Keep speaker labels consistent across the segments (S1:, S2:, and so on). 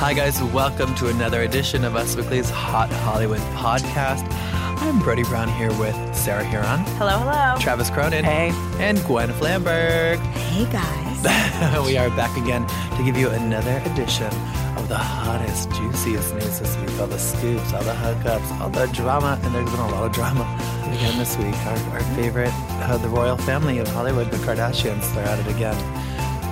S1: Hi, guys. Welcome to another edition of Us Weekly's Hot Hollywood Podcast. I'm Brody Brown here with Sarah Huron.
S2: Hello, hello.
S1: Travis Cronin.
S2: Hey.
S1: And Gwen Flamberg.
S3: Hey, guys.
S1: we are back again to give you another edition of the hottest, juiciest news this week. All the scoops, all the hookups, all the drama. And there's been a lot of drama again this week. Our, our favorite, uh, the royal family of Hollywood, the Kardashians, they're at it again.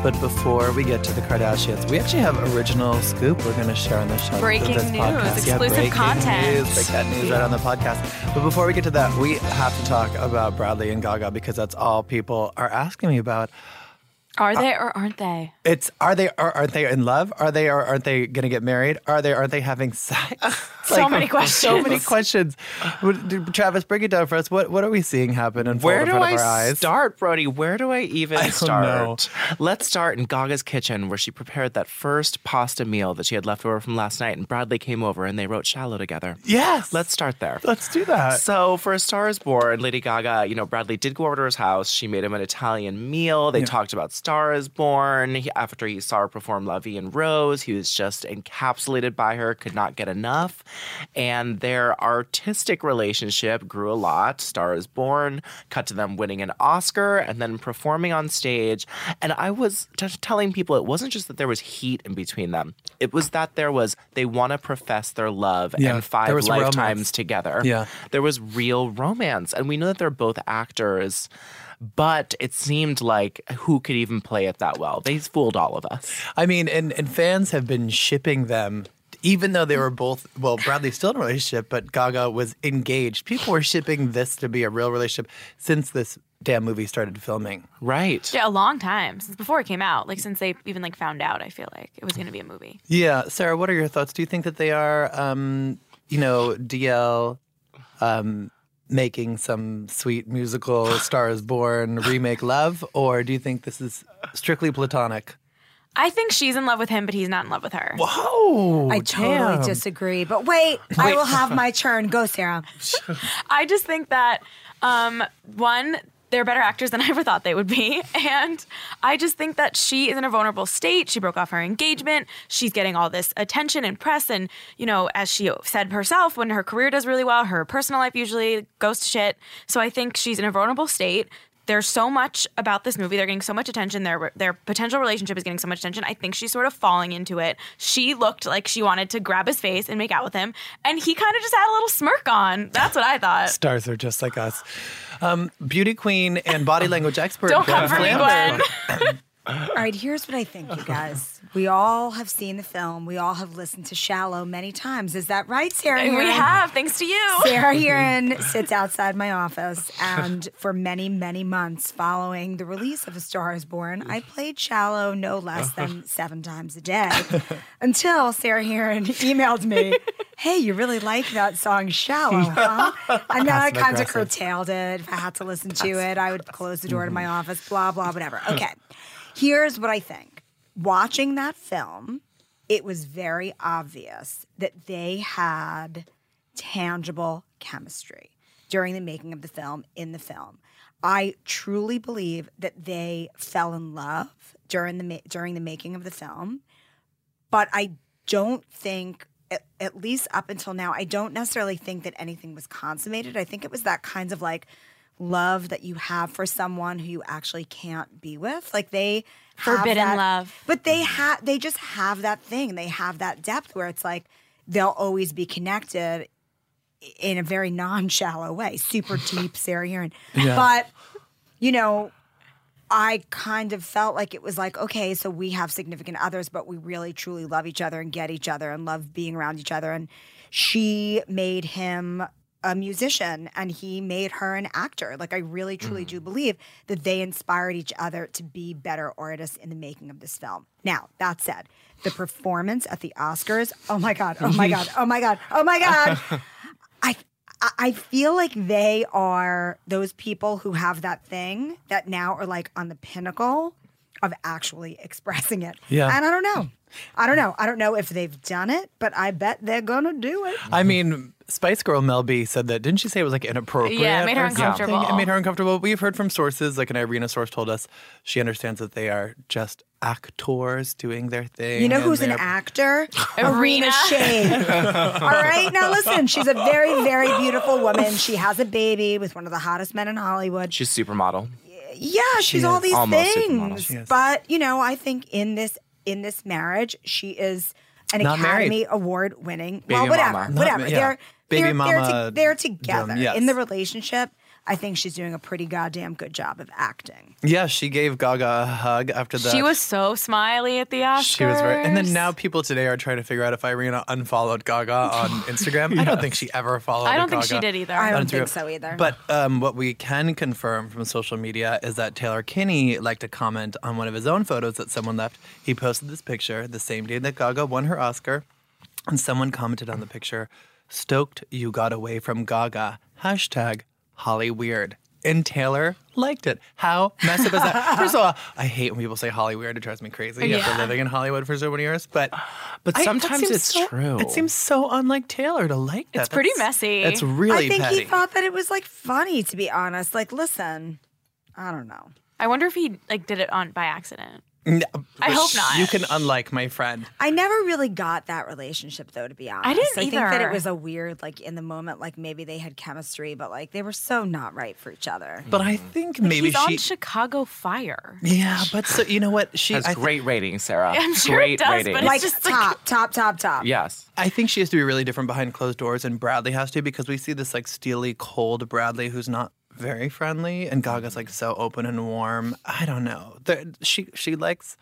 S1: But before we get to the Kardashians, we actually have original scoop we're going to share on the show.
S2: Breaking
S1: this
S2: news,
S1: podcast. yeah,
S2: exclusive
S1: breaking
S2: content.
S1: News, break that news right on the podcast. But before we get to that, we have to talk about Bradley and Gaga because that's all people are asking me about.
S2: Are they or aren't they?
S1: It's are they or aren't they in love? Are they or aren't they going to get married? Are they or aren't they having sex?
S2: So many
S1: So many questions.
S2: questions.
S1: Would- Travis, break it down for us. What what are we seeing happen and
S4: Where
S1: in
S4: do
S1: front of
S4: I
S1: our eyes?
S4: start, Brody? Where do I even
S1: I don't
S4: start? Let's start in Gaga's kitchen where she prepared that first pasta meal that she had left over from last night, and Bradley came over and they wrote Shallow together.
S1: Yes.
S4: Let's start there.
S1: Let's do that.
S4: So for A Star is Born, Lady Gaga, you know, Bradley did go over to his house. She made him an Italian meal. They talked about Star is Born. He, after he saw her perform La Vie and Rose, he was just encapsulated by her, could not get enough. And their artistic relationship grew a lot. Star is Born, cut to them winning an Oscar and then performing on stage. And I was t- telling people it wasn't just that there was heat in between them. It was that there was, they want to profess their love
S1: Yeah,
S4: and
S1: there
S4: five
S1: was romance.
S4: lifetimes together
S1: Yeah.
S4: there was real romance. And we know that they're both actors, but it seemed like who could even play it that well? They fooled all of us.
S1: I mean, and, and fans have been shipping them, even though they were both, well, Bradley's still in a relationship, but Gaga was engaged. People were shipping this to be a real relationship since this damn movie started filming.
S4: Right.
S2: Yeah, a long time since before it came out. Like since they even like found out. I feel like it was going to be a movie.
S1: Yeah. Sarah, what are your thoughts? Do you think that they are, um, you know, DL um, making some sweet musical Star is Born remake love? Or do you think this is strictly platonic?
S2: I think she's in love with him, but he's not in love with her.
S1: Whoa.
S3: I totally disagree. But wait, I will have my turn. Go, Sarah.
S2: I just think that um, one, they're better actors than I ever thought they would be, and I just think that she is in a vulnerable state. She broke off her engagement. She's getting all this attention and press, and you know, as she said herself, when her career does really well, her personal life usually goes to shit. So I think she's in a vulnerable state. There's so much about this movie. They're getting so much attention. Their their potential relationship is getting so much attention. I think she's sort of falling into it. She looked like she wanted to grab his face and make out with him, and he kind of just had a little smirk on. That's what I thought.
S1: Stars are just like us. Um, beauty queen and body language expert.
S2: Don't
S1: Gwen
S2: come for me,
S1: Flambeau.
S2: Gwen.
S3: All right, here's what I think, you guys. We all have seen the film. We all have listened to Shallow many times. Is that right, Sarah?
S2: we
S3: Heron?
S2: have, thanks to you.
S3: Sarah Heron sits outside my office, and for many, many months following the release of A Star is Born, I played Shallow no less than seven times a day until Sarah Heron emailed me, Hey, you really like that song Shallow, huh? And then I kind of curtailed it. If I had to listen to it, I would close the door to my office, blah, blah, whatever. Okay. Here's what I think watching that film, it was very obvious that they had tangible chemistry during the making of the film in the film. I truly believe that they fell in love during the ma- during the making of the film, but I don't think at, at least up until now I don't necessarily think that anything was consummated. I think it was that kind of like love that you have for someone who you actually can't be with. Like they have
S2: Forbidden
S3: that-
S2: love.
S3: but they have they just have that thing. They have that depth where it's like they'll always be connected in a very non-shallow way, super deep Sarah Urine. But you know, I kind of felt like it was like, okay, so we have significant others, but we really truly love each other and get each other and love being around each other. And she made him a musician and he made her an actor. Like, I really truly do believe that they inspired each other to be better artists in the making of this film. Now, that said, the performance at the Oscars, oh my God, oh my God, oh my God, oh my God. I I- I feel like they are those people who have that thing that now are like on the pinnacle of actually expressing it.
S1: Yeah.
S3: And I don't know. I don't know. I don't know if they've done it, but I bet they're gonna do it.
S1: I mean, Spice Girl Mel B said that. Didn't she say it was like inappropriate?
S2: Yeah, it made her
S1: or something?
S2: uncomfortable.
S1: It made her uncomfortable. We've heard from sources, like an Irina source told us, she understands that they are just actors doing their thing.
S3: You know
S1: and
S3: who's an
S1: they're-
S3: actor?
S2: Arena.
S3: Shade. All right. Now listen, she's a very, very beautiful woman. She has a baby with one of the hottest men in Hollywood.
S4: She's supermodel.
S3: yeah she's all
S1: is
S3: these
S4: almost supermodel.
S3: things
S1: She is.
S3: but you know i think in this in this marriage she is an
S1: Not married.
S3: academy award winning
S4: Baby
S3: well whatever
S4: mama. Not
S3: whatever
S1: ma- yeah.
S3: they're
S1: Baby
S3: they're, they're,
S1: mama
S3: they're together
S1: drum, yes.
S3: in the relationship i think she's doing a pretty goddamn good job of acting
S1: Yeah, she gave Gaga a hug after that.
S2: She was so smiley at the Oscars.
S1: She was very, and then now people today are trying to figure out if Irina unfollowed Gaga on Instagram. I don't think she ever followed.
S2: I don't
S1: Gaga.
S2: think she did either.
S3: i don't
S1: That's
S3: think
S1: true.
S3: so either
S1: But um, what we can confirm from social media is that Taylor Kinney liked to comment on one of his own photos that someone left. He posted this picture the same day that Gaga won her Oscar, and someone commented on the picture, "Stoked you got away from Gaga." Hashtag Holly Weird. And Taylor liked it. How messive is that? First of all, I hate when people say Holly Weird. It drives me crazy after
S2: Yeah.
S1: living in Hollywood for so many years. But
S4: But
S1: I- that
S4: sometimes
S1: seems
S4: it's
S1: so-
S4: true.
S1: It seems so unlike Taylor to like that.
S2: It's pretty
S1: That's-
S2: messy.
S1: That's really
S3: i think
S1: petty.
S3: he thought that it was like funny to be honest like listen i don't know
S2: I wonder if he like did it on by accident.
S1: No,
S2: I hope not.
S1: You can unlike my friend.
S3: I never really got that relationship though, to be honest.
S2: didn't
S3: I think that it
S2: either.
S3: was a weird, like in the moment, like maybe they had chemistry, but like they were so not right for each other.
S1: But I think maybe
S2: He's
S1: she.
S2: on Chicago Fire.
S1: yeah, but so you know what? She.
S4: That's
S1: I, thi-
S4: great ratings, Sarah.
S2: I'm sure it
S4: great
S2: does,
S4: ratings.
S2: but it's
S3: Like
S2: just like-
S3: top, top, top, top.
S4: yes.
S1: I think she has to be really different behind closed doors, and Bradley has to because we see this like steely, cold Bradley who's not very friendly, and Gaga's like so open and warm. I don't know. The, she she likes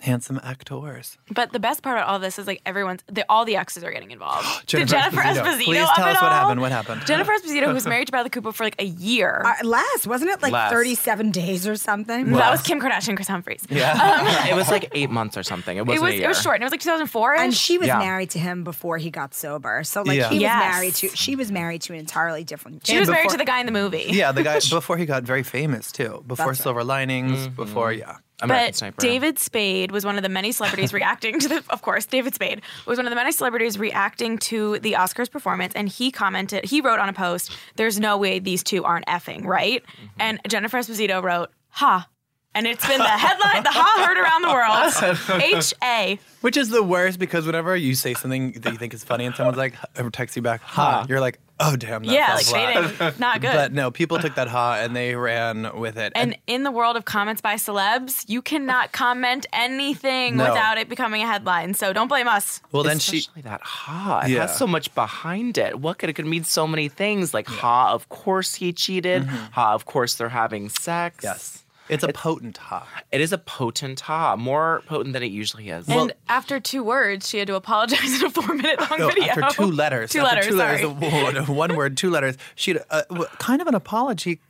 S1: handsome actors.
S2: But the best part of all this is like everyone's, the, all the exes are getting involved.
S1: Jennifer
S2: the Jennifer
S1: Esposito.
S2: Esposito.
S1: Please
S2: of
S1: tell
S2: it
S1: us what
S2: all.
S1: happened. What happened?
S2: Jennifer Esposito, who's married to Bradley Cooper for like a year.
S3: Uh, less, wasn't it like
S4: Less.
S3: 37 days or something?
S2: that was Kim Kardashian, and Chris Humphries.
S1: Yeah.
S4: it was like eight months or something. It
S2: Um, It
S4: wasn't
S2: was
S4: a
S2: it
S4: year.
S2: was short. And it was like 2004.
S3: And she was
S4: Yeah.
S3: married to him before he got sober. So like
S1: Yeah.
S3: he was
S2: Yes.
S3: married to she was married to an entirely different
S2: she was
S3: dude.
S2: married
S1: before-
S2: to the guy in the movie.
S1: yeah, the guy before he got very famous too. Before
S3: That's right.
S1: Silver Linings. Before yeah.
S4: American
S2: But
S4: Sniper.
S2: David Spade was one of the many celebrities reacting to the, of course, David Spade was one of the many celebrities reacting to the Oscars performance. And he commented, he wrote on a post, There's no way these two aren't effing, right? And Jennifer Esposito wrote, Ha. And it's been the headline, the ha heard around the world. H A.
S1: Which is the worst because whenever you say something that you think is funny and someone's like, or texts you back, ha, you're like, oh damn, that
S2: Yeah,
S1: felt
S2: like
S1: flat.
S2: fading. Not good.
S1: But no, people took that ha and they ran with it.
S2: and in the world of comments by celebs, you cannot comment anything
S1: No.
S2: without it becoming a headline. So don't blame us.
S1: well, then she,
S4: Especially that ha. It
S1: Yeah.
S4: has so much behind it. What could it could mean so many things? Like ha, of course he cheated. Ha, of course they're having sex.
S1: Mm-hmm. yes, it's a potent ha.
S4: It is a potent ha, more potent than it usually is.
S2: and after two words, she had to apologize in a four-minute long
S1: No,
S2: video.
S1: after two letters,
S2: Two
S1: after
S2: letters.
S1: two
S2: sorry.
S1: letters, one- one word, two letters. She uh, w- kind of an apology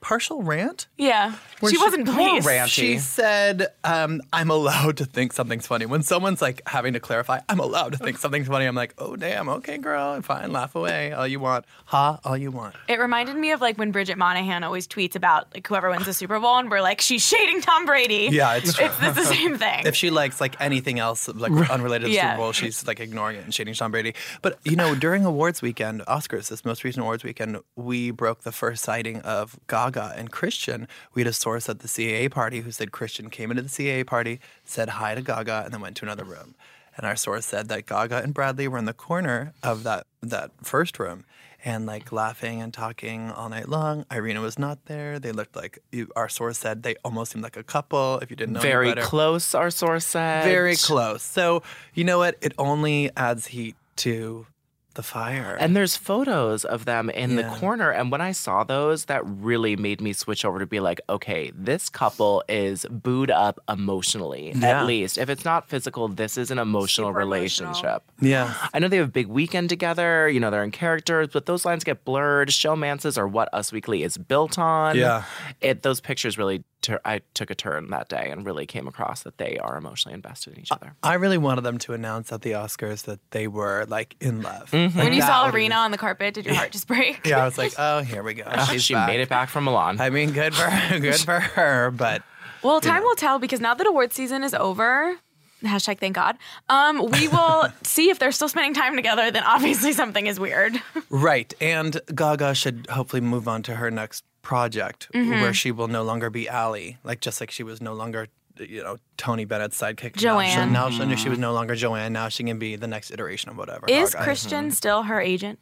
S1: partial rant.
S2: Yeah.
S1: where Oh,
S2: she wasn't pleased.
S4: ranty.
S1: She said, um, I'm allowed to think something's funny. When someone's like having to clarify, I'm allowed to think something's funny, I'm like, oh, damn, okay, girl, fine, laugh away all you want. Ha, all you want.
S2: It reminded me of like when Bridget Monahan always tweets about like whoever wins the Super Bowl and we're like, she's shading Tom Brady.
S1: Yeah, it's true.
S2: It's, it's the same thing.
S1: If she likes like anything else like unrelated to the
S2: Yeah.
S1: Super Bowl, she's like ignoring it and shading Tom Brady. But you know, during awards weekend, Oscars, this most recent awards weekend, we broke the first sighting of Gaga and Christian. We had a source at the CAA party who said Christian came into the CAA party, said hi to Gaga, and then went to another room. And our source said that Gaga and Bradley were in the corner of that that first room. And like laughing and talking all night long. Irina was not there. They looked like you, our source said they almost seemed like a couple. If you didn't know any
S4: Very
S1: better.
S4: close, our source said.
S1: Very close. So you know what? It only adds heat to the fire.
S4: And there's photos of them in
S1: Yeah.
S4: the corner. And when I saw those, that really made me switch over to be like, okay, this couple is booed up emotionally,
S1: Yeah.
S4: at least. If it's not physical, this is an emotional
S3: Super emotional.
S4: relationship.
S1: yeah,
S4: I know they have a big weekend together. You know, they're in characters, but those lines get blurred. Showmances are what Us Weekly is built on.
S1: Yeah.
S4: It, those pictures really, tur I took a turn that day and really came across that they are emotionally invested in each other.
S1: I really wanted them to announce at the Oscars that they were like in love.
S4: Mm-hmm.
S2: when you
S1: That
S2: saw
S1: would've
S2: Arena on the carpet, did your heart just break?
S1: been- yeah, I was like, oh, here we go. She's
S4: she
S1: back.
S4: made it back from Milan.
S1: I mean, good for her, good for her, but
S2: Well, time will tell because now that award season is over, hashtag thank God, um, we will see if they're still spending time together, then obviously something is weird.
S1: right. And Gaga should hopefully move on to her next project,
S2: Mm-hmm.
S1: where she will no longer be Ally, like just like she was no longer. You know, Tony Bennett's sidekick. Now she-
S2: Joanne.
S1: Now she, knew
S4: Mm-hmm.
S1: she was no longer Joanne. Now she can be the next iteration of whatever.
S2: Is
S1: Gaga
S2: Christian still her agent?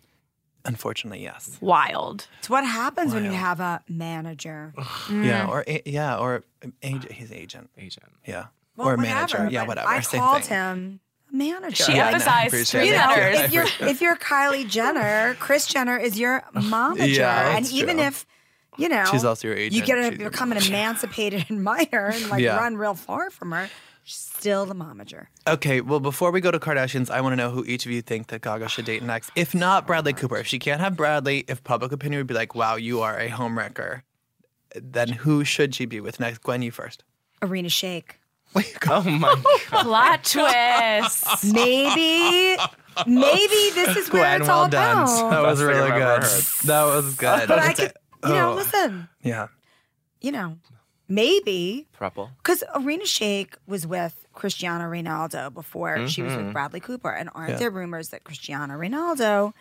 S1: Unfortunately, yes.
S2: Wild.
S3: It's what happens when you have a manager.
S1: Yeah, or a- yeah, or um, ag- his agent.
S4: Agent.
S1: Yeah,
S3: Well,
S1: or a
S3: whatever,
S1: manager. yeah,
S3: but
S1: whatever.
S3: I
S1: Same
S3: called
S1: thing.
S3: him a manager.
S2: She
S1: Yeah, I know.
S2: emphasized
S1: Appreciate
S2: three
S3: you
S1: that.
S3: know,
S1: Yeah, I
S2: letters.
S3: if you're if you're Kylie Jenner, Chris Jenner is your momager,
S1: Yeah,
S3: and
S1: that's
S3: even
S1: true.
S3: if you know
S1: She's also your
S3: you
S1: agent.
S3: get to
S1: She's your
S3: become an
S1: manager.
S3: emancipated admirer and like
S1: Yeah.
S3: run real far from her. She's still the momager.
S1: Okay, well, before we go to Kardashians, I want to know who each of you think that Gaga should date next. If not Bradley Cooper, if she can't have Bradley, if public opinion would be like, "Wow, you are a homewrecker," then who should she be with next? Gwen, you first.
S3: Arena Shake.
S4: Oh my God.
S2: Plot twist.
S3: Maybe, maybe this is where
S1: Gwen,
S3: it's
S1: well
S3: all
S1: done.
S3: about.
S1: That was
S4: Best thing
S1: really
S4: I've ever
S1: good.
S4: heard.
S1: That was good.
S3: but I could, you
S1: oh.
S3: know, listen,
S1: yeah.
S3: you know, maybe
S4: Thruple.
S3: Because Arena Shake was with Cristiano Ronaldo before she was with Bradley Cooper. And aren't
S1: Mm-hmm. Yeah.
S3: there rumors that Cristiano Ronaldo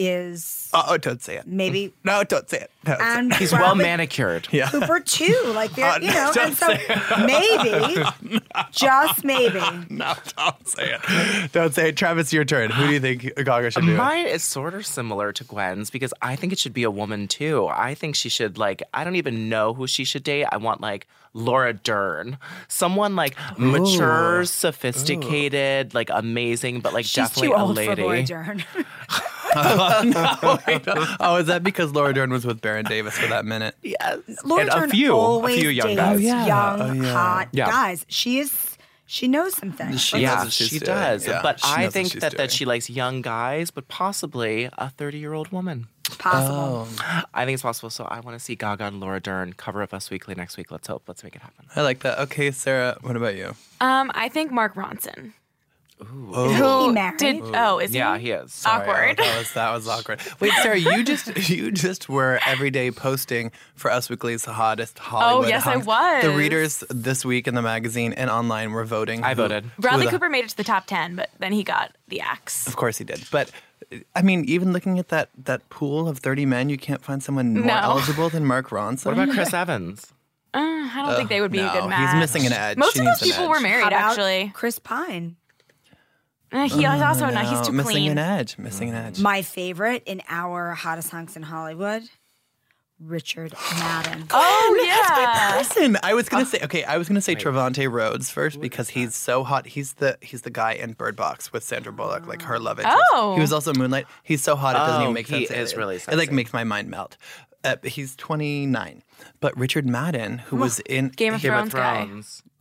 S3: is
S1: Uh oh, don't say it.
S3: maybe
S1: No, don't say it. Don't say it.
S3: and
S4: He's well
S3: Bradley
S4: manicured.
S1: Yeah.
S3: Cooper too? Like they're
S1: Oh,
S3: you know,
S1: don't
S3: and so maybe, just maybe.
S1: No, don't say it. Don't say it. Travis, your turn. Who do you think Gaga should be with?
S4: Mine is sort of similar to Gwen's because I think it should be a woman too. I think she should like I don't even know who she should date. I want like Laura Dern, someone like mature, sophisticated, like amazing, but like
S3: She's
S4: definitely
S3: too old
S4: a
S3: for Laura
S4: lady.
S3: Dern.
S1: oh, is that because Laura Dern was with Baron Davis for that minute?
S4: yes,
S3: Laura
S4: and
S3: Dern
S4: a few,
S3: always
S4: a few young
S3: dates
S4: guys.
S1: yeah.
S3: young,
S1: Oh, yeah.
S3: hot
S4: Yeah.
S3: guys. She is she knows some things.
S1: She
S3: Like,
S1: knows
S4: Yeah,
S1: what
S4: she
S1: she's doing.
S4: does.
S1: Yeah,
S4: but
S1: she knows
S4: I
S1: what
S4: think
S1: she's
S4: that,
S1: doing.
S4: that she likes young guys, but possibly a 30 year old woman. Oh.
S3: possible.
S4: I think it's possible. So I want to see Gaga and Laura Dern cover of Us Weekly next week. Let's hope. Let's make it happen.
S1: I like that. Okay, Sarah, what about you?
S2: Um, I think Mark Ronson.
S3: Isn't he
S2: Who
S3: married?
S2: Did, oh, is
S4: Yeah,
S2: he?
S4: he is.
S1: Sorry,
S2: Awkward.
S1: that was that was awkward. Wait, Sarah, you just you just were every day posting for Us Weekly's hottest Hollywood.
S2: Oh, yes, I
S1: hunks.
S2: was.
S1: The readers this week in the magazine and online were voting.
S4: I
S1: who-
S4: voted.
S2: Bradley
S1: who the-
S2: Cooper made it to the top 10, but then he got the axe.
S1: Of course he did. But I mean, even looking at that that pool of thirty men, you can't find someone more
S2: No.
S1: eligible than Mark Ronson.
S4: What about Chris Evans?
S2: Uh, I don't think they would be
S1: no,
S2: a good
S1: he's
S2: match.
S1: missing an edge.
S2: Most
S1: She
S2: of those
S1: needs an
S2: people
S1: edge.
S2: were
S3: How
S2: married,
S3: about
S2: actually.
S3: Chris Pine.
S2: Uh, he is also not. He's too
S1: Oh, missing
S2: clean.
S1: an edge. Missing an edge.
S3: My favorite in our hottest hunks in Hollywood, Richard Madden.
S4: Uh,
S2: Oh yeah.
S1: Listen, I was gonna say okay. I was gonna say Travante Rhodes first because he's so hot. He's the he's the guy in Bird Box with Sandra Bullock, like her love interest.
S2: Oh.
S1: he was also in Moonlight. He's so hot it doesn't
S4: Oh,
S1: even make
S4: he
S1: sense.
S4: is
S1: It-
S4: really
S1: It like
S4: sexy.
S1: makes my mind melt. uh, he's 29. But Richard Madden, who was in
S2: Game of Thrones guy.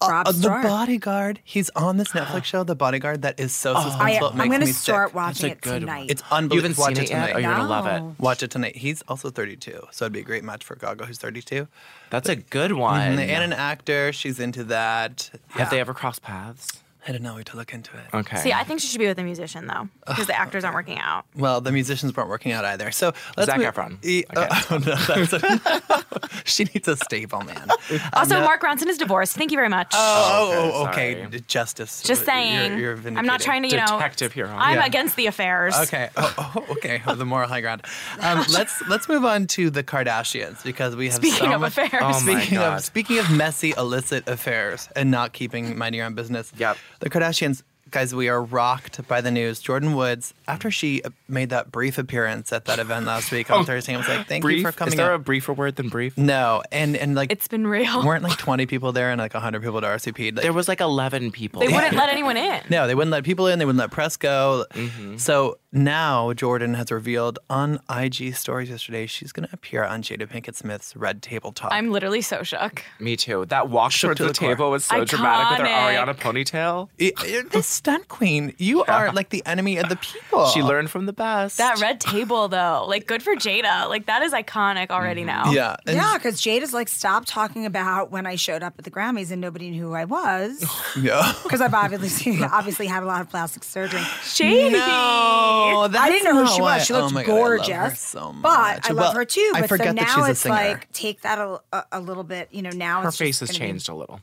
S3: Rob
S1: uh, The
S3: Stark.
S1: Bodyguard, he's on this Netflix show, The Bodyguard, that is
S2: Oh,
S1: so suspenseful.
S3: I,
S1: it
S3: I'm
S1: makes
S3: going to
S1: me
S3: start
S1: sick.
S3: watching it
S4: good one.
S3: tonight.
S1: It's
S4: You haven't
S1: unbelievable.
S4: seen
S1: Watch
S4: it
S1: it
S4: yet? Oh,
S1: tonight.
S4: you're gonna love it.
S1: Watch it tonight. He's also 32, so it'd be a great match for Gaga, who's 32.
S4: That's a good one.
S1: And, an actor, she's into that.
S4: Have they ever crossed paths?
S1: I don't know. We have to look into it.
S4: Okay.
S2: See, I think she should be with a musician though, because the actors aren't working out.
S1: Well, the musicians weren't working out either. So let's
S4: Zac
S1: move-
S4: Efron.
S1: E- uh, oh, no, that's a- she needs a stable man.
S2: Also, Mark Ronson is divorced. Thank you very much.
S1: Uh, Oh, oh,
S4: Okay,
S1: okay.
S4: sorry.
S1: D- Justice.
S2: Just
S1: You're-
S2: saying.
S1: You're,
S2: I'm not trying to, you know.
S4: Detective here, huh?
S2: I'm
S1: Yeah.
S2: against the affairs.
S1: Okay. Oh, oh, okay. Oh, the moral high ground. Um, let's let's move on to the Kardashians because we have
S2: Speaking
S1: so
S2: of
S1: much-
S2: affairs.
S4: Oh my
S1: speaking
S4: God.
S1: of speaking of messy illicit affairs and not keeping mind your own business.
S4: Yep.
S1: The Kardashians, guys, we are rocked by the news. Jordan Woods, after she uh, made that brief appearance at that event last week on Thursday, I was like, "Thank you
S4: Oh, brief.
S1: for coming."
S4: Is there
S1: out.
S4: a briefer word than brief?
S1: no, and and like
S2: It's been real.
S1: weren't like twenty people there and like hundred people to RCP. Like,
S4: There was like 11 people.
S2: They wouldn't let anyone in.
S1: no, they wouldn't let people in. They wouldn't let press go.
S4: Mm-hmm.
S1: So now Jordan has revealed on IG stories yesterday she's going to appear on Jada Pinkett Smith's Red Table Talk.
S2: I'm literally so shook.
S4: Me too. That walk
S1: Shook
S4: towards
S1: to
S4: the,
S1: the core.
S4: table was so dramatic with her
S2: Iconic.
S4: Ariana ponytail.
S1: I- I- this stunt queen, you are like the enemy of the people.
S4: She learned from the best.
S2: That red table though, like good for Jada. Like that is iconic already now.
S1: Mm-hmm. Yeah. and
S3: yeah, because Jade is like, stop talking about when I showed up at the Grammys and nobody knew who I was.
S1: Yeah.
S3: Because I've obviously obviously had a lot of plastic surgery.
S2: Shady.
S1: No, oh, that's
S3: I didn't know who
S1: not
S3: she
S1: why-
S3: was. She
S1: oh
S3: looked
S1: my God, I love
S3: gorgeous,
S1: her so much.
S3: but I love
S1: Well,
S3: her too. But
S1: I forget
S3: so now
S1: that she's a
S3: it's
S1: singer.
S3: like take that a, a, a little bit. You know, now
S4: Her
S3: it's
S4: face
S3: just
S4: has
S3: gonna be-
S4: changed a little.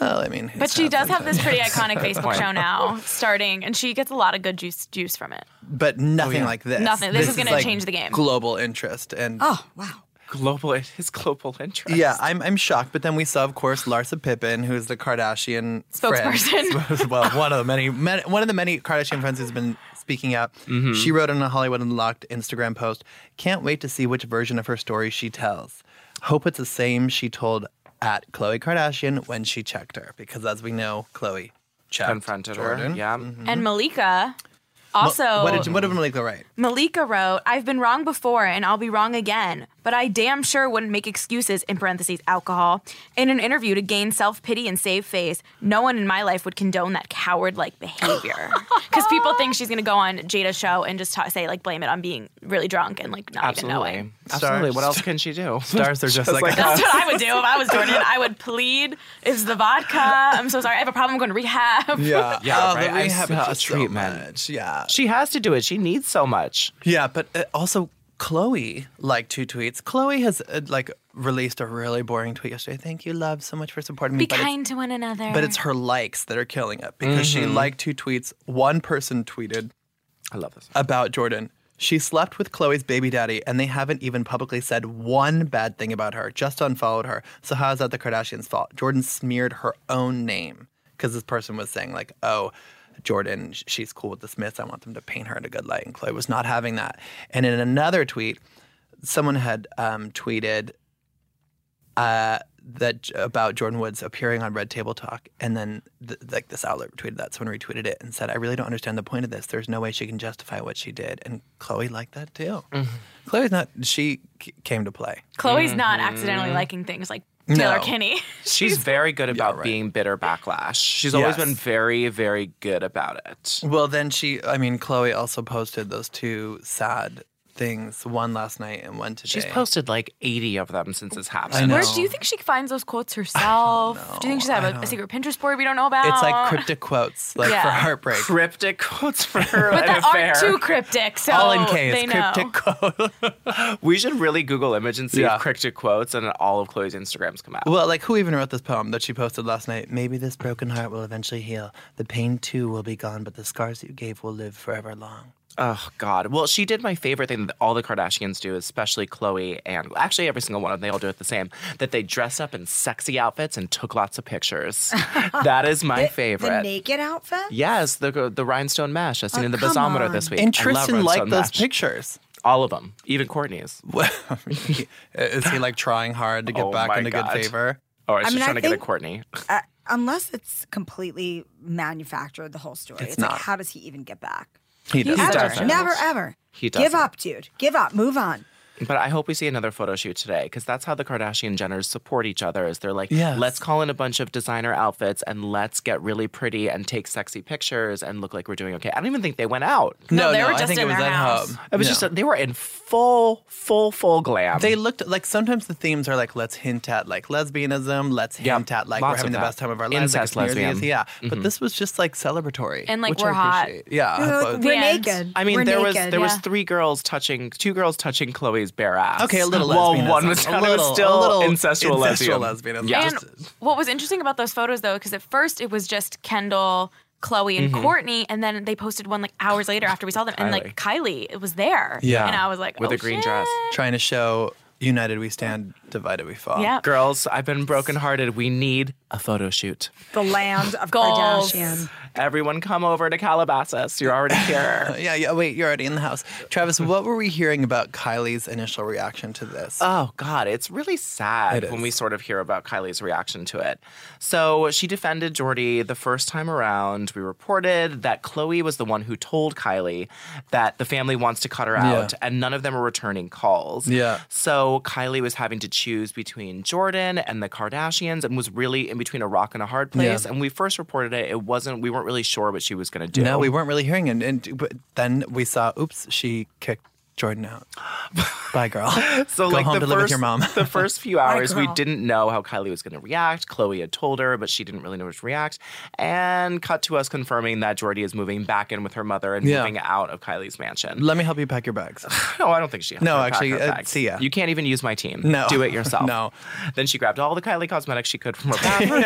S1: well, I mean,
S2: But
S1: it's
S2: she does
S1: happened.
S2: have this pretty iconic Facebook show now, starting, and she gets a lot of good juice juice from it.
S1: But
S4: Oh,
S1: nothing like this.
S2: Nothing. This is gonna
S1: like
S2: change the game.
S1: Global interest and
S3: Oh wow.
S4: Global, his global interest.
S1: Yeah, I'm, I'm shocked. But then we saw, of course, Larsa Pippen, who is the Kardashian friend-
S2: Spokesperson.
S1: well, one of the many, many, one of the many Kardashian friends who's been speaking out. She wrote on a Hollywood Unlocked Instagram post, "Can't wait to see which version of her story she tells. Hope it's the same she told at Khloe Kardashian when she checked her, because as we know, Khloe checked
S4: Confronted
S1: Jordan.
S4: her. Yeah.
S2: And Malika also
S1: Mm-hmm. What did you- what did Malika write?
S2: Malika wrote, I've been wrong before and I'll be wrong again, but I damn sure wouldn't make excuses, in parentheses, alcohol, in an interview to gain self pity and save face. No one in my life would condone that coward like behavior. Because people think she's going to go on Jada's show and just ta- say, like, blame it on being really drunk and, like, not even
S4: Absolutely.
S2: knowing.
S4: Absolutely. What else can she do?
S1: Stars are just, like, us.
S2: That's what I would do if I was Jordan. I would plead, it's the vodka. I'm so sorry. I have a problem going to rehab.
S1: Yeah,
S4: Yeah,
S1: oh,
S4: right?
S1: but we
S4: I'm
S1: have
S4: such a
S1: it so
S4: treatment.
S1: much. Yeah,
S4: She has to do it. She needs so much.
S1: Yeah, but uh, also Chloe liked two tweets. Chloe has uh, like released a really boring tweet yesterday. Thank you, love, so much for supporting me.
S2: Be
S1: but it's-
S2: kind to one another.
S1: But it's her likes that are killing it because she liked two tweets. One person tweeted
S4: I love this.
S1: about Jordan. She slept with Chloe's baby daddy, and they haven't even publicly said one bad thing about her, just unfollowed her. So, how is that the Kardashians' fault? Jordan smeared her own name because this person was saying, like, oh, Jordan, sh- she's cool with the Smiths. I want them to paint her in a good light. And Chloe was not having that. And in another tweet, someone had um, tweeted uh, that about Jordan Woods appearing on Red Table Talk, and then th- like this outlet retweeted that. Someone retweeted it and said, "I really don't understand the point of this. There's no way she can justify what she did." And Chloe liked that too. Chloe's not. She c- came to play.
S2: Chloe's not accidentally liking things like Taylor
S1: Mm-hmm. No.
S2: Kinney.
S4: She's very good about
S1: right.
S4: being bitter backlash. She's always
S1: Yes.
S4: been very, very good about it.
S1: Well, then she. I mean, Chloe also posted those two sad things. One last night and one today.
S4: She's posted like 80 of them since this happened.
S1: know.
S2: Where do you think she finds those quotes herself? Do you think she's have a, a secret Pinterest board we don't know about?
S1: It's like cryptic quotes, like for
S2: Yeah.
S1: heartbreak.
S4: Cryptic quotes for her.
S2: but
S4: an
S2: that aren't
S4: affair.
S2: too cryptic. So
S1: all in case,
S2: Oh, they know.
S1: cryptic quotes.
S4: We should really Google image and see
S1: Yeah.
S4: if cryptic quotes and all of Chloe's Instagrams come out.
S1: Well, like who even wrote this poem that she posted last night? Maybe this broken heart will eventually heal. The pain too will be gone, but the scars that you gave will live forever long.
S4: Oh God! Well, she did my favorite thing that all the Kardashians do, especially Chloe and actually every single one of them. They all do it the same. That they dress up in sexy outfits and took lots of pictures. that is my
S3: The
S4: favorite.
S3: naked outfit.
S4: yes, the the rhinestone mesh. I
S1: Oh,
S4: seen in the
S3: come
S4: basometer
S3: on.
S4: this week.
S1: And
S4: I love
S1: Tristan
S4: rhinestone
S1: liked those
S4: mesh.
S1: pictures.
S4: All of them, even Courtney's.
S1: Is he like trying hard to get
S4: Oh
S1: back
S4: my
S1: into
S4: God.
S1: good favor?
S4: Oh, I was
S3: I
S4: just
S3: mean, I
S4: trying to get a
S3: think-
S4: Courtney.
S3: Uh, unless it's completely manufactured, the whole story. It's,
S1: not.
S3: like, how does he even get back?
S1: He
S2: He's
S1: does.
S3: Ever.
S4: doesn't.
S3: Never, ever.
S4: He
S3: Give
S4: doesn't.
S3: up, dude. Give up. Move on.
S4: But I hope we see another photo shoot today because that's how the Kardashian Jenners support each other. Is they're like,
S5: Yes.
S4: let's call in a bunch of designer outfits and let's get really pretty and take sexy pictures and look like we're doing okay. I don't even think they went out.
S2: No,
S1: no,
S2: they were
S1: I
S2: just
S1: think
S2: in
S1: it was
S2: their
S1: at
S2: house.
S1: home.
S4: It was
S1: No.
S4: just they were in full, full, full glam.
S1: They looked like sometimes the themes are like let's hint at like lesbianism, let's
S4: Yeah,
S1: hint at like
S4: lots
S1: we're having
S4: of
S1: the
S4: that.
S1: best time of our lives, like,
S4: Incest
S1: it's near the
S4: lesbian.
S1: end, yeah. But this was just like celebratory
S2: And, like,
S1: which
S2: we're
S1: I
S2: hot.
S1: appreciate. yeah.
S3: They're like,
S1: but-
S3: we're
S2: Yeah.
S3: naked.
S4: I mean,
S3: We're
S4: there was
S3: naked.
S4: there was
S2: yeah.
S4: three girls touching, two girls touching Chloe's bare ass.
S1: Okay, a little
S4: Well,
S1: lesbianism.
S4: one was,
S1: a
S4: it was
S1: little,
S4: still
S1: a little
S4: incestual,
S1: incestual
S4: lesbian.
S1: lesbianism.
S4: Yeah.
S2: And what was interesting about those photos, though, because at first it was just Kendall, Chloe, and
S1: Mm-hmm.
S2: Courtney, and then they posted one like hours later after we saw them, and like Kylie, it was there.
S1: Yeah.
S2: and I was like,
S4: With
S2: oh,
S4: a green
S2: shit.
S4: dress.
S1: trying to show united we stand, divided we fall.
S2: Yeah,
S4: Girls, I've been brokenhearted. We need a photo shoot.
S3: the land of
S2: Goals.
S3: Kardashian.
S4: Everyone, come over to Calabasas. You're already here.
S1: Yeah, yeah. Wait, you're already in the house, Travis. what were we hearing about Kylie's initial reaction to this?
S4: Oh God, it's really sad
S1: It
S4: when
S1: is.
S4: we sort of hear about Kylie's reaction to it. So she defended Jordy the first time around. We reported that Chloe was the one who told Kylie that the family wants to cut her out, and none of them are returning calls.
S1: Yeah.
S4: So Kylie was having to choose between Jordan and the Kardashians, and was really in between a rock and a hard place.
S1: Yeah.
S4: And we first reported it. It wasn't. We weren't really sure what she was going to do.
S1: No, we weren't really hearing it. And but then we saw, oops, she kicked Jordan out. Bye, girl.
S4: So
S1: Go
S4: like
S1: home
S4: the
S1: to
S4: first,
S1: live with your mom.
S4: the first few hours, we
S3: girl.
S4: didn't know how Kylie was going to react. Chloe had told her, but she didn't really know how to react. And cut to us confirming that Jordy is moving back in with her mother and
S1: Yeah.
S4: moving out of Kylie's mansion.
S1: Let me help you pack your bags.
S4: No, I don't think she. helped
S1: No,
S4: her pack
S1: actually,
S4: her
S1: uh,
S4: bags.
S1: see ya.
S4: You can't even use my team.
S1: No.
S4: do it yourself.
S1: No.
S4: Then she grabbed all the Kylie cosmetics she could from her bathroom.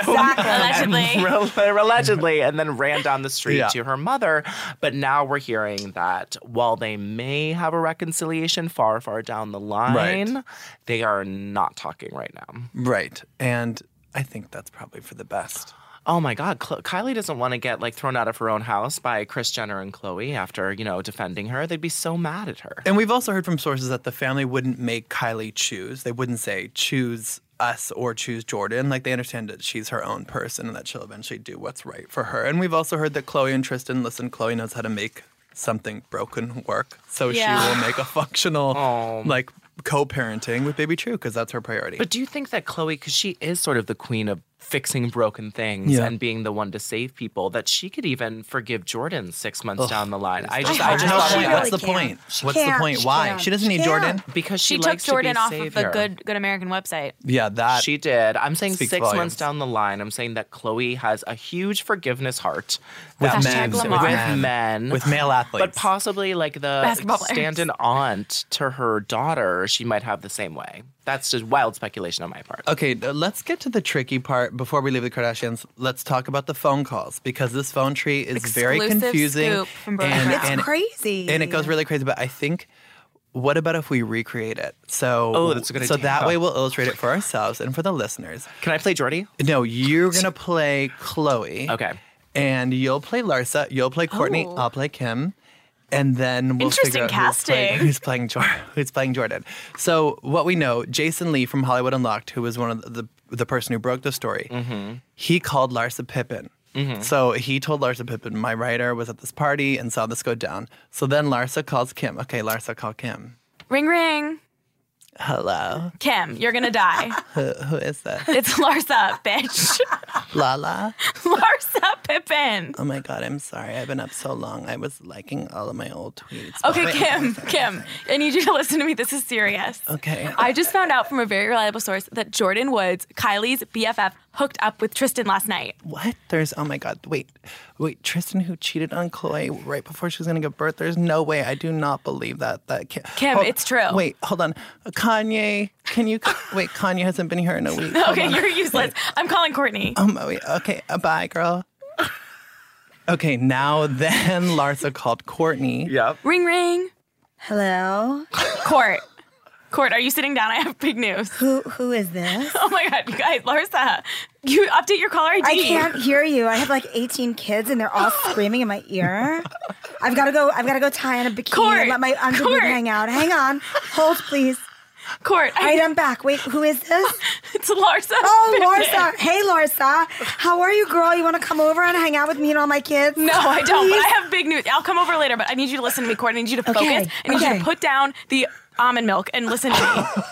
S2: allegedly.
S4: Allegedly. allegedly, and then ran down the street
S1: Yeah.
S4: to her mother. But now we're hearing that while they may have a reconciliation far, far down the line, they are not talking right now.
S1: Right. And I think that's probably for the best.
S4: Oh my God, Chlo- Kylie doesn't want to get like thrown out of her own house by Chris Jenner and Chloe after you know defending her. They'd be so mad at her.
S1: And we've also heard from sources that the family wouldn't make Kylie choose. They wouldn't say, choose us or choose Jordan. Like they understand that she's her own person and that she'll eventually do what's right for her. And we've also heard that Chloe and Tristan listen, Chloe knows how to make something broken work. So
S2: Yeah.
S1: she will make a functional, like, co parenting with Baby True because that's her priority.
S4: But do you think that Chloe, because she is sort of the queen of fixing broken things
S1: Yeah.
S4: and being the one to save people, that she could even forgive Jordan six months down the line? I just,
S1: I
S4: I
S1: just
S4: just
S1: hope
S4: thought
S1: she
S4: of
S1: what's
S4: that.
S1: the point? What's the point? Why? She doesn't need Jordan.
S4: because she,
S2: she took
S4: likes
S2: Jordan
S4: to be
S2: off
S4: savior.
S2: of the good Good American website.
S1: Yeah, that.
S4: She did. I'm saying
S1: Speaks
S4: six
S1: volumes.
S4: months down the line. I'm saying that Chloe has a huge forgiveness heart
S1: with
S4: that
S1: men,
S2: Hashtag
S1: with
S2: Lamar.
S1: men,
S4: men,
S1: with male athletes.
S4: but possibly like the
S2: Basketball players.
S4: stand-in aunt to her daughter, she might have the same way. That's just wild speculation on my part.
S1: Okay, uh, let's get to the tricky part before we leave the Kardashians. Let's talk about the phone calls because this phone tree is very
S2: Exclusive
S1: confusing
S2: scoop from Brooke
S1: and,
S2: Brown.
S1: and-
S3: It's crazy.
S1: and it goes really crazy. But I think, what about if we recreate it? So,
S4: Oh, that's a good
S1: So
S4: idea.
S1: that way we'll illustrate it for ourselves and for the listeners.
S4: Can I play Jordy?
S1: No, you're gonna play Chloe.
S4: Okay.
S1: And you'll play Larsa. You'll play Courtney.
S2: Oh.
S1: I'll play Kim. And then we'll
S2: Interesting
S1: figure out who's playing-
S2: casting.
S1: Who's playing, Jordan? Who's playing Jordan? So what we know, Jason Lee from Hollywood Unlocked, who was one of the the person who broke the story,
S2: Mm-hmm.
S1: he called Larsa Pippen. So he told Larsa Pippen, "My writer was at this party and saw this go down." So then Larsa calls Kim. Okay, Larsa, call Kim.
S2: Ring ring,
S1: Hello,
S2: Kim, you're gonna die.
S1: who, Uh, who is that?
S2: it's Larsa, bitch.
S1: Lala.
S2: Larsa Pippen.
S1: Oh my god, I'm sorry. I've been up so long. I was liking all of my old tweets.
S2: Okay,
S1: Wait,
S2: Kim, Kim, I need you to listen to me. This is serious.
S1: Okay.
S2: I just found out from a very reliable source that Jordan Woods, Kylie's BFF, hooked up with Tristan last night.
S1: What? There's oh my god. Wait, wait. Tristan who cheated on Chloe right before she was gonna give birth. There's no way. I do not believe that. That Kim.
S2: Kim, it's true.
S1: Wait, hold on. Kanye, can you? Wait, Kanye hasn't been here in a week. Hold
S2: Okay,
S1: on.
S2: you're useless. I'm calling Courtney.
S1: Um, wait, okay, uh, bye, girl. Okay, now then, Larsa called Courtney.
S4: Yep.
S2: Ring ring.
S3: Hello,
S2: Court. Court, are you sitting down? I have big news.
S3: who who is this?
S2: Oh my god, you guys, Larsa, you update your caller ID.
S3: I can't hear you. I have like 18 kids and they're all screaming in my ear. I've got to go. I've got to go tie in a bikini
S2: Court,
S3: and let my underwear
S2: Court.
S3: hang out. Hang on. Hold, please.
S2: Court,
S3: All right,
S2: I,
S3: I'm back. Wait, who is this?
S2: It's Larsa.
S3: Oh,
S2: Pippen.
S3: Larsa. Hey, Larsa. How are you, girl? You want to come over and hang out with me and all my kids?
S2: No, I don't. But
S3: Please?
S2: I have big news. I'll come over later, but I need you to listen to me, Courtney. I need you to focus.
S3: Okay,
S2: I need you
S3: okay.
S2: to put down the almond milk and listen to me.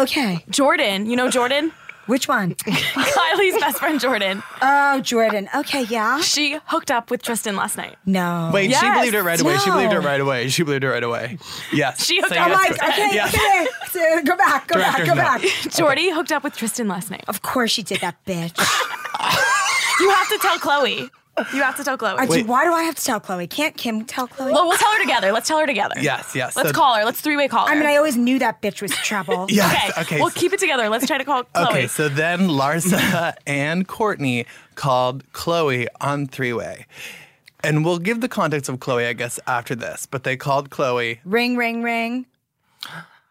S3: Okay.
S2: Jordan, you know Jordan?
S3: Which one?
S2: Kylie's best friend, Jordan.
S3: Oh, Jordan. Okay, yeah.
S2: She hooked up with Tristan last night.
S3: No.
S1: Wait, she
S2: Yes.
S1: believed it right away. She
S3: No.
S1: believed it right away. She believed it right away. Yes.
S2: She hooked
S1: Say
S2: up
S3: Oh
S1: yes
S3: my.
S1: to it.
S3: Okay.
S1: Yeah.
S3: okay. So, Go back. Go back.
S1: Director's
S3: Go
S1: note.
S3: back.
S2: Jordy hooked up with Tristan last night.
S3: Of course she did that, bitch.
S2: You have to tell Chloe. You have to tell Chloe.
S3: I do-
S1: Wait.
S3: why do I have to tell Chloe? Can't Kim tell Chloe?
S2: Well, we'll tell her together. Let's tell her together.
S1: Yes, yes.
S2: Let's
S1: So-
S2: call her. Let's three-way call her.
S3: I mean, I always knew that bitch was trouble.
S1: Yes.
S2: okay.
S1: Okay.
S2: We'll
S1: so-
S2: keep it together. Let's try to call Chloe.
S1: Okay, so then Larsa and Courtney called Chloe on three way. And we'll give the context of Chloe, I guess, after this. But they called Chloe.
S3: Ring, ring, ring.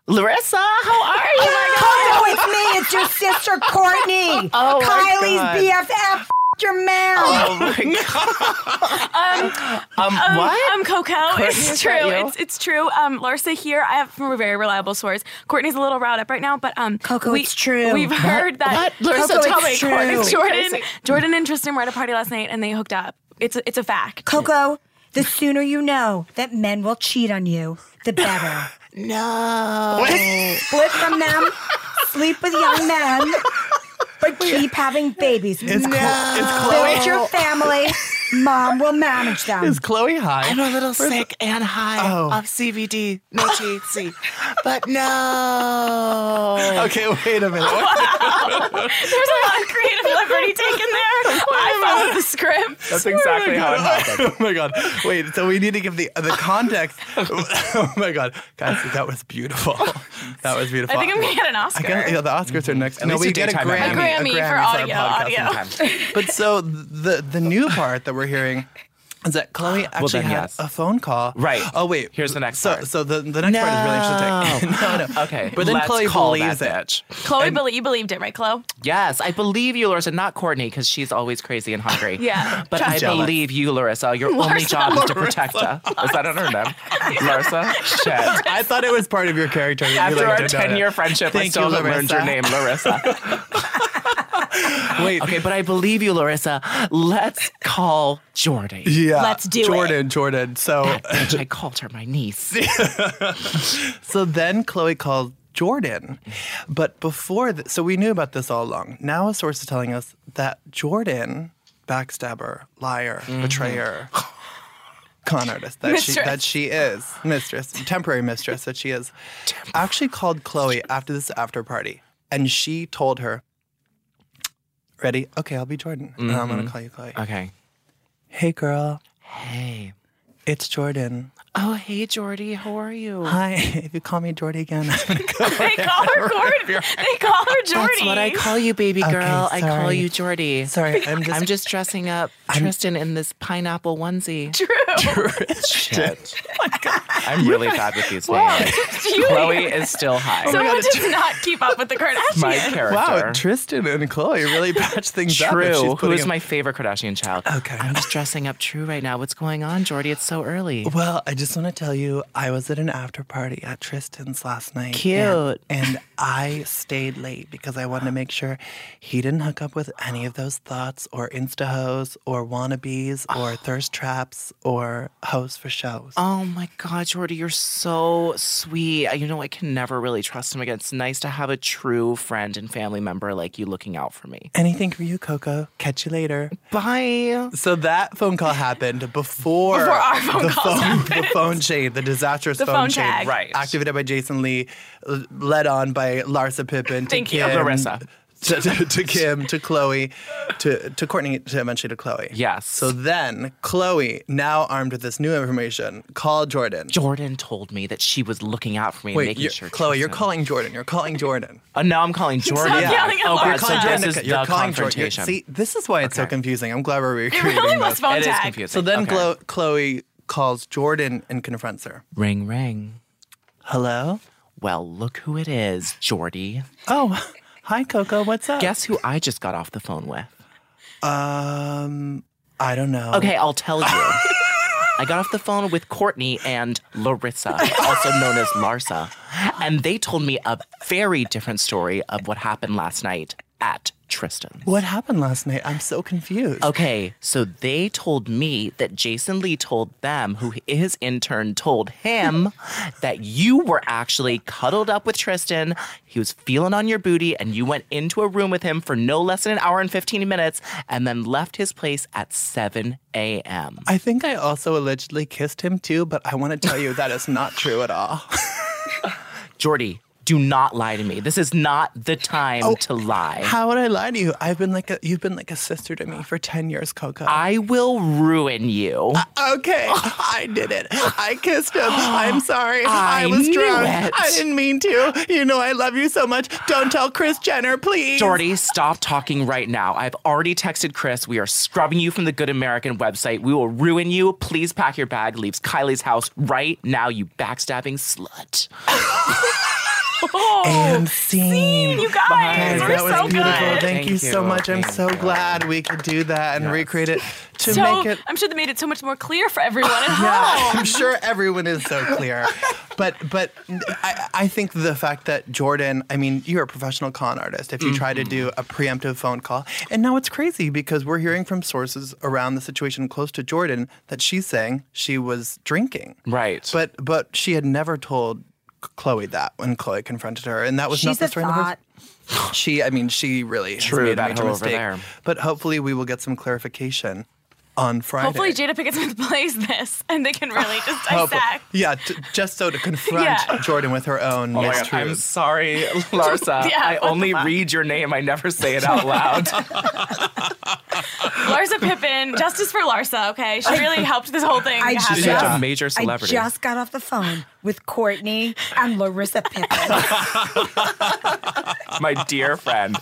S4: Larissa, how are you?
S1: Oh
S3: Come with me. It's your sister Courtney.
S4: Oh, my
S3: Kylie's
S4: God.
S3: BFF. F- your mouth.
S4: Oh my god. Um, um, what?
S2: Um, Coco,
S4: is
S2: it's true.
S4: that you?
S2: It's, it's true. Um, Larsa here. I have from a very reliable source. Courtney's a little riled up right now, but um,
S3: Coco,
S2: we,
S3: it's true.
S2: We've heard that.
S4: What? Larsa,
S3: Coco,
S4: tell
S3: it's
S4: me.
S3: true.
S4: Courtney's
S2: Jordan, Jordan and Tristan were at a party last night and they hooked up. It's a, it's a fact.
S3: Coco, the sooner you know that men will cheat on you, the better.
S2: Oh.
S4: No.
S3: Split from them, sleep with young men, but keep having babies.
S1: It's, Chlo- it's Chloe.
S3: Build your family. Mom will manage them.
S1: Is Chloe high?
S4: I'm a little sick and high off CBD, no THC, but no.
S1: Okay, wait a minute. What?
S2: There's a lot of creative liberty taken there. I followed the script.
S4: That's exactly how it happened.
S1: oh my god. Wait, so we need to give the the context. oh my god. Guys, that was beautiful. That was beautiful.
S2: I think I'm gonna get an Oscar.
S1: I guess, yeah, the Oscars are next. no,
S4: least
S1: we
S4: a
S1: get a
S4: daytime Emmy.
S1: Grammy.
S4: A
S2: Grammy for
S1: our
S2: audio,
S1: podcast
S2: audio.
S4: Sometimes.
S1: But so the the new part that we're hearing is that Chloe actually
S4: then,
S1: had
S4: yes.
S1: a phone call.
S4: Right.
S1: Oh wait.
S4: Here's the next
S1: So
S4: part.
S1: so the, the next part is really interesting. no, no.
S4: Okay,
S1: But then
S4: let's
S1: Chloe
S4: call
S1: believes
S4: that
S1: it.
S2: Chloe, belie- you believed it, right, Chloe?
S4: Yes, I believe you, Larissa, not Courtney, because she's always crazy and hungry.
S2: Yeah.
S4: But I
S1: Jealous.
S4: believe you, Larissa. Your only
S2: Larissa.
S4: job is to protect us. Is that under them? Larissa? Shit.
S1: I thought it was part of your character. that you,
S4: After
S1: like,
S4: our
S1: didn't know
S4: 10 year
S1: it.
S4: friendship, I
S1: Thank
S4: still
S1: you,
S4: haven't learned your name,
S1: Larissa.
S4: Larissa.
S1: Wait.
S4: Okay, but I believe you, Larissa. Let's call Jordy.
S1: Yeah.
S2: Let's do it.
S1: Jordan, Jordan. So
S4: Bitch, I called her my niece.
S1: so then Chloe called Jordan. But before th- so we knew about this all along. Now a source is telling us that Jordan, backstabber, liar, betrayer, con artist that she
S2: Mistress.
S1: that she is, mistress, temporary mistress that she is, actually called Chloe after this after party and she told her Ready? Okay, I'll be Jordan. And I'm gonna call you Chloe.
S4: Okay.
S1: Hey girl,
S4: Hey.
S1: it's Jordan.
S4: Oh, hey, Jordy. How are you?
S1: Hi. If you call me Jordy again, I'm gonna go.
S2: They call her Gordon. They call her Jordy.
S4: That's what I call you, baby
S1: Okay,
S4: girl. I call
S1: sorry.
S4: you Jordy.
S1: Sorry, I'm just
S4: I'm just dressing up Tristan in this pineapple onesie.
S2: True.
S4: Shit.
S1: Oh
S4: I'm really bad with these names.
S2: You-
S4: Chloe is still high.
S1: Oh
S2: Someone does not keep up with the Kardashians.
S4: my
S1: Wow,
S4: character.
S1: Tristan and Chloe really patch things up. if she's
S4: True. Who
S1: putting
S4: is
S1: up-
S4: my favorite Kardashian child?
S1: Okay.
S4: I'm just dressing up True right now. What's going on, Jordy? It's so early.
S1: Well, I just want to tell you, I was at an after party at Tristan's last night.
S4: Cute.
S1: And, and I stayed late because I wanted to make sure he didn't hook up with any of those thoughts or insta hoes or wannabes or thirst traps or hoes for shows.
S4: Oh my God, Jordy, you're so sweet. You know, I can never really trust him again. It's nice to have a true friend and family member like you looking out for me.
S1: Anything for you, Coco. Catch you later.
S4: Bye.
S1: So that phone call happened before,
S2: Before our phone
S1: the,
S2: calls
S1: phone, the phone chain, the disastrous
S2: The
S1: phone,
S2: phone
S1: chain,
S2: tag.
S4: Right.
S1: Activated by Jason Lee, l- led on by Larsa Pippen to
S2: Thank you.
S1: Kim,
S4: Larissa.
S1: To, to- to Kim, to Chloe, to to Courtney, to eventually to Chloe.
S4: Yes.
S1: So then Chloe, now armed with this new information, called Jordan.
S4: Jordan told me that she was looking out for me and
S1: Wait,
S4: making
S1: you're-
S4: sure.
S1: Chloe, you're
S4: Tristan-
S1: calling Jordan. You're calling Jordan.
S4: Uh, now I'm calling Jordan.
S2: Stop yelling at
S4: Oh,
S2: Laura.
S4: God.
S1: You're
S4: So
S1: calling
S4: this
S1: Jordan.
S4: is
S1: You're
S4: the
S1: calling Jordan. You're-
S4: confrontation.
S1: See, this is why it's so
S4: Okay.
S1: confusing. I'm glad we're
S2: It
S1: recreating
S2: really
S1: this.
S2: was phone
S4: It is
S2: tag.
S4: confusing.
S1: So then
S4: Okay.
S1: Chlo- Chloe calls Jordan and confronts her.
S4: Ring, ring.
S1: Hello?
S4: Well, look who it is, Jordy.
S1: Oh, hi, Coco. What's up?
S4: Guess who I just got off the phone with?
S1: Um, I don't know.
S4: Okay, I'll tell you. I got off the phone with Courtney and Larissa, also known as Larsa, and they told me a very different story of what happened last night at Tristan's.
S1: What happened last night? I'm so confused.
S4: Okay, so they told me that Jason Lee told them, who his intern told him, that you were actually cuddled up with Tristan. He was feeling on your booty, and you went into a room with him for no less than an hour and 15 minutes, and then left his place at 7 a.m.
S1: I think I also allegedly kissed him too, but I want to tell you that is not true at all.
S4: Jordy, do not lie to me. This is not the time to lie.
S1: How would I lie to you? I've been like a, you've been like a sister to me for 10 years, Coco.
S4: I will ruin you.
S1: okay, I did it. I kissed him. I'm sorry. I,
S4: I
S1: was
S4: knew
S1: drunk.
S4: it.
S1: I didn't mean to. You know I love you so much. Don't tell Chris Jenner, please.
S4: Jordy, stop talking right now. I've already texted Chris. We are scrubbing you from the Good American website. We will ruin you. Please pack your bag. Leaves Kylie's house right now, you backstabbing slut.
S2: Oh.
S1: and scene.
S2: You guys,
S1: Guys,
S2: we're
S1: that was
S2: so
S1: beautiful.
S2: good.
S1: Thank,
S4: Thank
S1: you so
S4: you.
S1: much. I'm
S4: Thank
S1: so
S4: you.
S1: glad we could do that and recreate it to
S2: So
S1: make it.
S2: I'm sure they made it so much more clear for everyone at
S1: Yeah,
S2: home.
S1: I'm sure everyone is so clear. But but I, I think the fact that Jordan, I mean, you're a professional con artist. If you try to
S4: Mm-hmm.
S1: do a preemptive phone call, and now it's crazy because we're hearing from sources around the situation close to Jordan that she's saying she was drinking.
S4: Right.
S1: But but she had never told Chloe that when Chloe confronted her, and that was not
S3: She's
S1: the
S3: a
S1: story. in the
S3: thought.
S1: first- she, I mean, she really has
S4: True,
S1: made a
S4: that
S1: major
S4: hoe over
S1: mistake.
S4: there.
S1: But hopefully, we will get some clarification on Friday.
S2: Hopefully, Jada Pickett Smith plays this, and they can really just
S1: Hopefully-
S2: dissect.
S1: Yeah, t- just so to confront
S2: Yeah.
S1: Jordan with her own
S4: Oh my God, I'm
S1: mistruths.
S4: sorry, Larsa.
S2: Yeah,
S4: I
S2: what the
S4: only
S2: fuck?
S4: read your name. I never say it out loud.
S2: Larsa Pippen, justice for Larsa. Okay, she really helped this whole thing
S3: I
S2: happen.
S4: She's
S3: Yeah.
S4: such a major
S3: I
S4: celebrity.
S3: just got off the phone with Courtney and Larissa Pippen.
S4: My dear friend,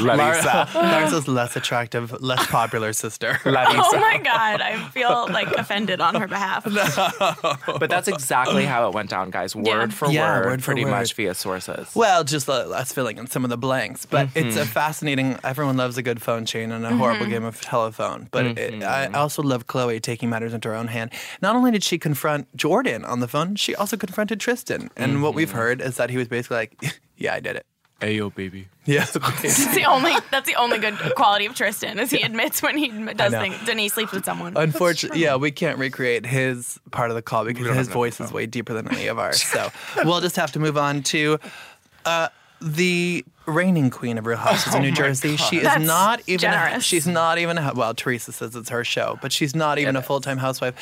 S4: Larissa.
S1: Larsa. Larsa's less attractive, less popular sister.
S2: Oh my god, I feel like offended on her behalf.
S4: But that's exactly how it went down, guys. Word
S2: Yeah.
S4: for
S1: Yeah,
S4: word,
S1: word for
S4: pretty
S1: word.
S4: much via sources.
S1: Well, just uh, us filling in some of the blanks, but it's a fascinating. Everyone loves a good phone chain and a horrible game of telephone. But it, I also love Chloe taking matters into her own hand. Not only did she confront Jordan on the phone, she also confronted Tristan. And what we've heard is that he was basically like, "Yeah, I did it."
S6: Ayo, baby.
S1: Yeah.
S2: It's the only. That's the only good quality of Tristan, is he admits when he does
S1: know.
S2: things. Then he sleeps with someone.
S1: Unfortunately, yeah, we can't recreate his part of the call because his voice is way deeper than any of ours. So we'll just have to move on to uh, the reigning queen of Real Houses in New Jersey. She is
S2: Oh That's
S1: not even. A,
S2: generous.
S1: she's not even. A, well, Teresa says it's her show, but she's not even a full time housewife.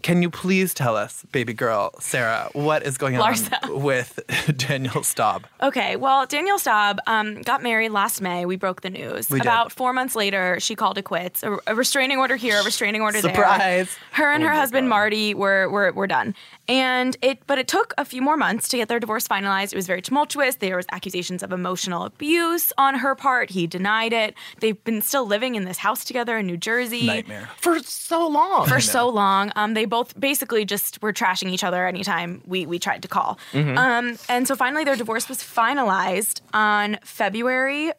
S1: Can you please tell us, baby girl Sarah, what is going
S2: Larsa.
S1: on with Daniel Staub?
S2: Okay, well, Danielle Staub um, got married last May. We broke the news.
S1: did.
S2: About four months later, she called it quits. A, a restraining order here, a restraining order there.
S1: Surprise.
S2: Her and her husband Marty were, were were done, and it. But it took a few more months to get their divorce finalized. It was very tumultuous. There was accusations of emotional abuse on her part. He denied it. They've been still living in this house together in New Jersey
S1: Nightmare.
S4: For so long.
S2: for so long. Um, they both basically just were trashing each other anytime we we tried to call. Um, and so finally, their divorce was finalized on February.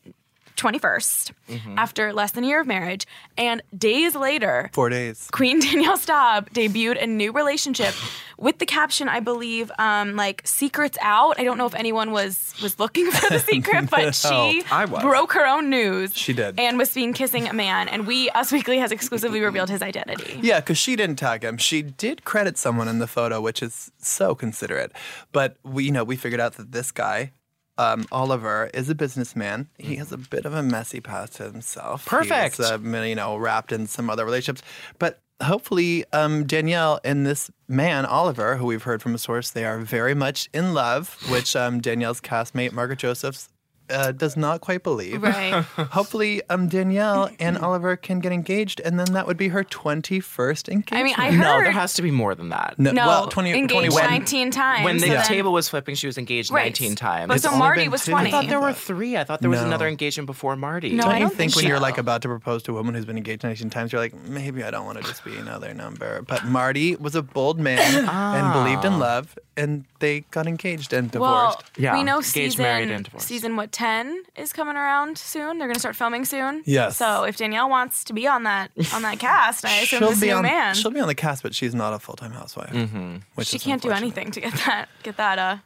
S2: 21st, after less than a year of marriage. And days later,
S1: Four days.
S2: Queen Danielle Staub debuted a new relationship with the caption, I believe, um, like "secrets out." I don't know if anyone was was looking for the secret, but she
S4: I was.
S2: broke her own news.
S1: She did.
S2: and was seen kissing a man. And we, Us Weekly, has exclusively revealed his identity.
S1: Yeah, because she didn't tag him. She did credit someone in the photo, which is so considerate. But we, you know, we figured out that this guy, um, Oliver, is a businessman. He has a bit of a messy past to himself.
S4: Perfect.
S1: He's, um, you know, wrapped in some other relationships, but. Hopefully, um, Danielle and this man, Oliver, who we've heard from a source, they are very much in love, which um, Danielle's castmate, Margaret Josephs, uh, does not quite believe.
S2: Right.
S1: Hopefully, um, Danielle and Oliver can get engaged, and then that would be her 21st engagement.
S2: I mean, I heard.
S4: No, there has to be more than that.
S2: no,
S1: well, 20,
S2: engaged
S1: 21.
S2: 19 times.
S4: When the
S2: so then-
S4: table was flipping, she was engaged
S2: Right.
S4: 19 times.
S2: But so
S1: only
S2: Marty
S1: been
S2: was
S1: two.
S2: 20.
S1: I
S4: I thought there were
S1: That-
S4: three. I thought there was
S1: No.
S4: another engagement before Marty.
S2: No,
S1: Don't
S2: I
S1: you
S2: don't
S1: think,
S2: think
S1: when
S2: so.
S1: you're like about to propose to a woman who's been engaged 19 times, you're like, maybe I don't want to just be another number. But Marty was a bold man and believed in love, and they got engaged and divorced.
S2: Ah. Well,
S4: Yeah.
S2: we know
S4: Engaged,
S2: season
S4: married, and divorced.
S2: season what 10 is coming around soon. They're going to start filming soon.
S1: Yes.
S2: So if Danielle wants to be on that on that cast, I assume
S1: she'll
S2: this
S1: be
S2: new
S1: on.
S2: man.
S4: Mm-hmm.
S1: She'll be on the cast, but she's not a full time housewife. Which
S2: she
S1: is
S2: can't do
S1: unfortunate.
S2: anything to get that get that uh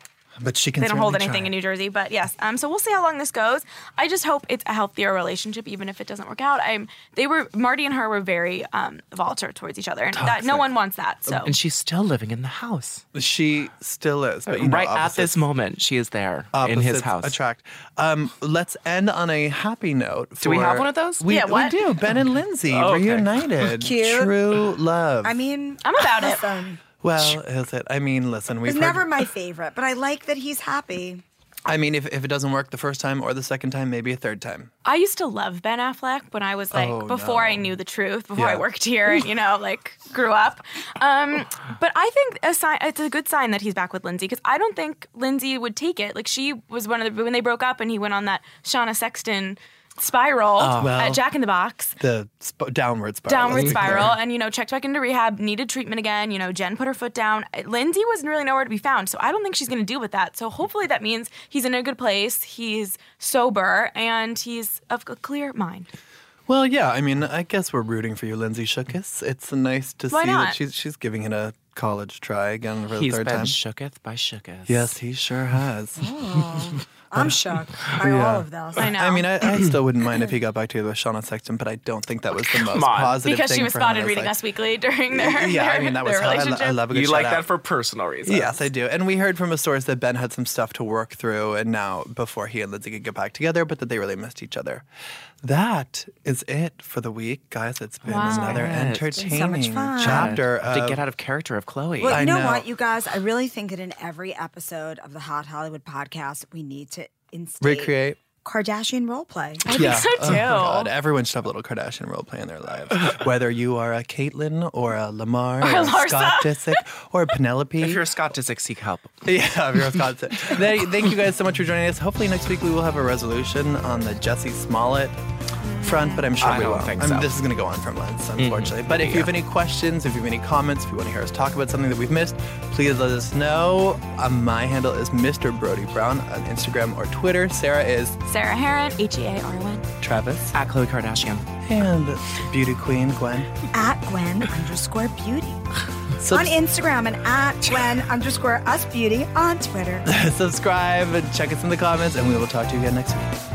S1: But she can.
S2: they don't hold
S1: certainly
S2: anything
S1: try.
S2: in New Jersey. But yes, um, so we'll see how long this goes. I just hope it's a healthier relationship, even if it doesn't work out. I'm. They were Marty and her were very um, volatile towards each other, and that, no one wants that. So
S4: And she's still living in the house.
S1: She still is, but you know,
S4: right at
S1: opposites-
S4: this moment, she is there in his
S1: opposites
S4: house.
S1: Attract. Um, let's end on a happy note.
S4: Do we have
S1: for-
S4: one of those?
S1: We,
S2: Yeah,
S1: we
S2: what?
S1: do. Ben and Lindsay
S4: Oh, okay.
S1: reunited.
S3: Cute.
S1: True love.
S3: I mean,
S2: I'm about it.
S3: listen,
S1: well, is it? I mean, listen, we've
S3: It's
S1: heard,
S3: never my favorite, but I like that he's happy.
S1: I mean, if, if it doesn't work the first time or the second time, maybe a third time.
S2: I used to love Ben Affleck when I was like
S1: Oh,
S2: before
S1: no.
S2: I knew the truth, before I
S1: Yeah.
S2: worked here, and you know, like grew up. Um, but I think a sign, it's a good sign that he's back with Lindsay because I don't think Lindsay would take it. Like she was one of the when they broke up and he went on that Shauna Sexton spiral
S1: well.
S2: at Jack in the Box.
S1: The sp- downward spiral.
S2: Downward
S1: let's be clear.
S2: spiral, and you know, checked back into rehab, needed treatment again. You know, Jen put her foot down. Lindsay was really nowhere to be found, so I don't think she's going to deal with that. So hopefully, that means he's in a good place, he's sober, and he's of a clear mind.
S1: Well, yeah. I mean, I guess we're rooting for you, Lindsay Shookus. It's nice to
S2: Why
S1: see that
S2: not?
S1: she's she's giving it a college try again for the
S4: He's
S1: third
S4: been
S1: time.
S4: shooketh by shooketh.
S1: yes, he sure has.
S3: I'm shook by all of those.
S2: I know.
S1: I mean, I, I still wouldn't mind if he got back to the Shauna Sexton, but I don't think that was the most
S4: on.
S1: positive
S2: because
S1: thing
S2: she was
S1: for him.
S2: spotted
S1: It's
S2: reading
S1: like-
S2: Us Weekly during their
S1: Yeah, I
S2: their-
S1: mean that
S2: their
S1: was. I, lo-
S2: relationship.
S1: I love a good
S4: You like
S1: shout-out.
S4: that for personal reasons.
S1: Yes, I do. And we heard from a source that Ben had some stuff to work through, and now before he and Lindsay could get back together, but that they really missed each other. That is it for the week, guys. It's been
S2: Wow.
S1: another
S4: It's been
S1: entertaining
S3: so much fun.
S1: chapter.
S4: I have to
S1: of-
S4: get out of character of Chloe.
S3: Well,
S1: I
S3: you know,
S1: know.
S3: what, you guys? I really think that in every episode of the Hot Hollywood podcast, we need to instate
S1: recreate.
S3: Kardashian role play.
S2: I think so too.
S1: Oh my God. Everyone should have a little Kardashian role play in their lives. Whether you are a Caitlyn or a Lamar or, a
S2: Larsa.
S1: Scott Disick or a Penelope.
S4: if you're Scott Disick, seek help.
S1: Yeah, of your Wisconsin. Th- Thank you guys so much for joining us. Hopefully next week we will have a resolution on the Jesse Smollett front, but I'm sure
S4: I
S1: we
S4: don't
S1: will.
S4: think
S1: I'm-
S4: so. Mm-hmm.
S1: This is going to go on for months, unfortunately. But if you have any questions, if you have any comments, if you want to hear us talk about something that we've missed, please let us know. Uh, my handle is Mr. Brody Brown on Instagram or Twitter. Sarah is
S2: Sarah Heron, H E A R O N.
S1: Travis,
S4: At Chloe Kardashian.
S1: and beauty queen Gwen.
S3: at Gwen underscore beauty
S1: So
S3: on Instagram and at Gwen underscore us beauty on Twitter.
S1: subscribe and check us in the comments, and we will talk to you again next week.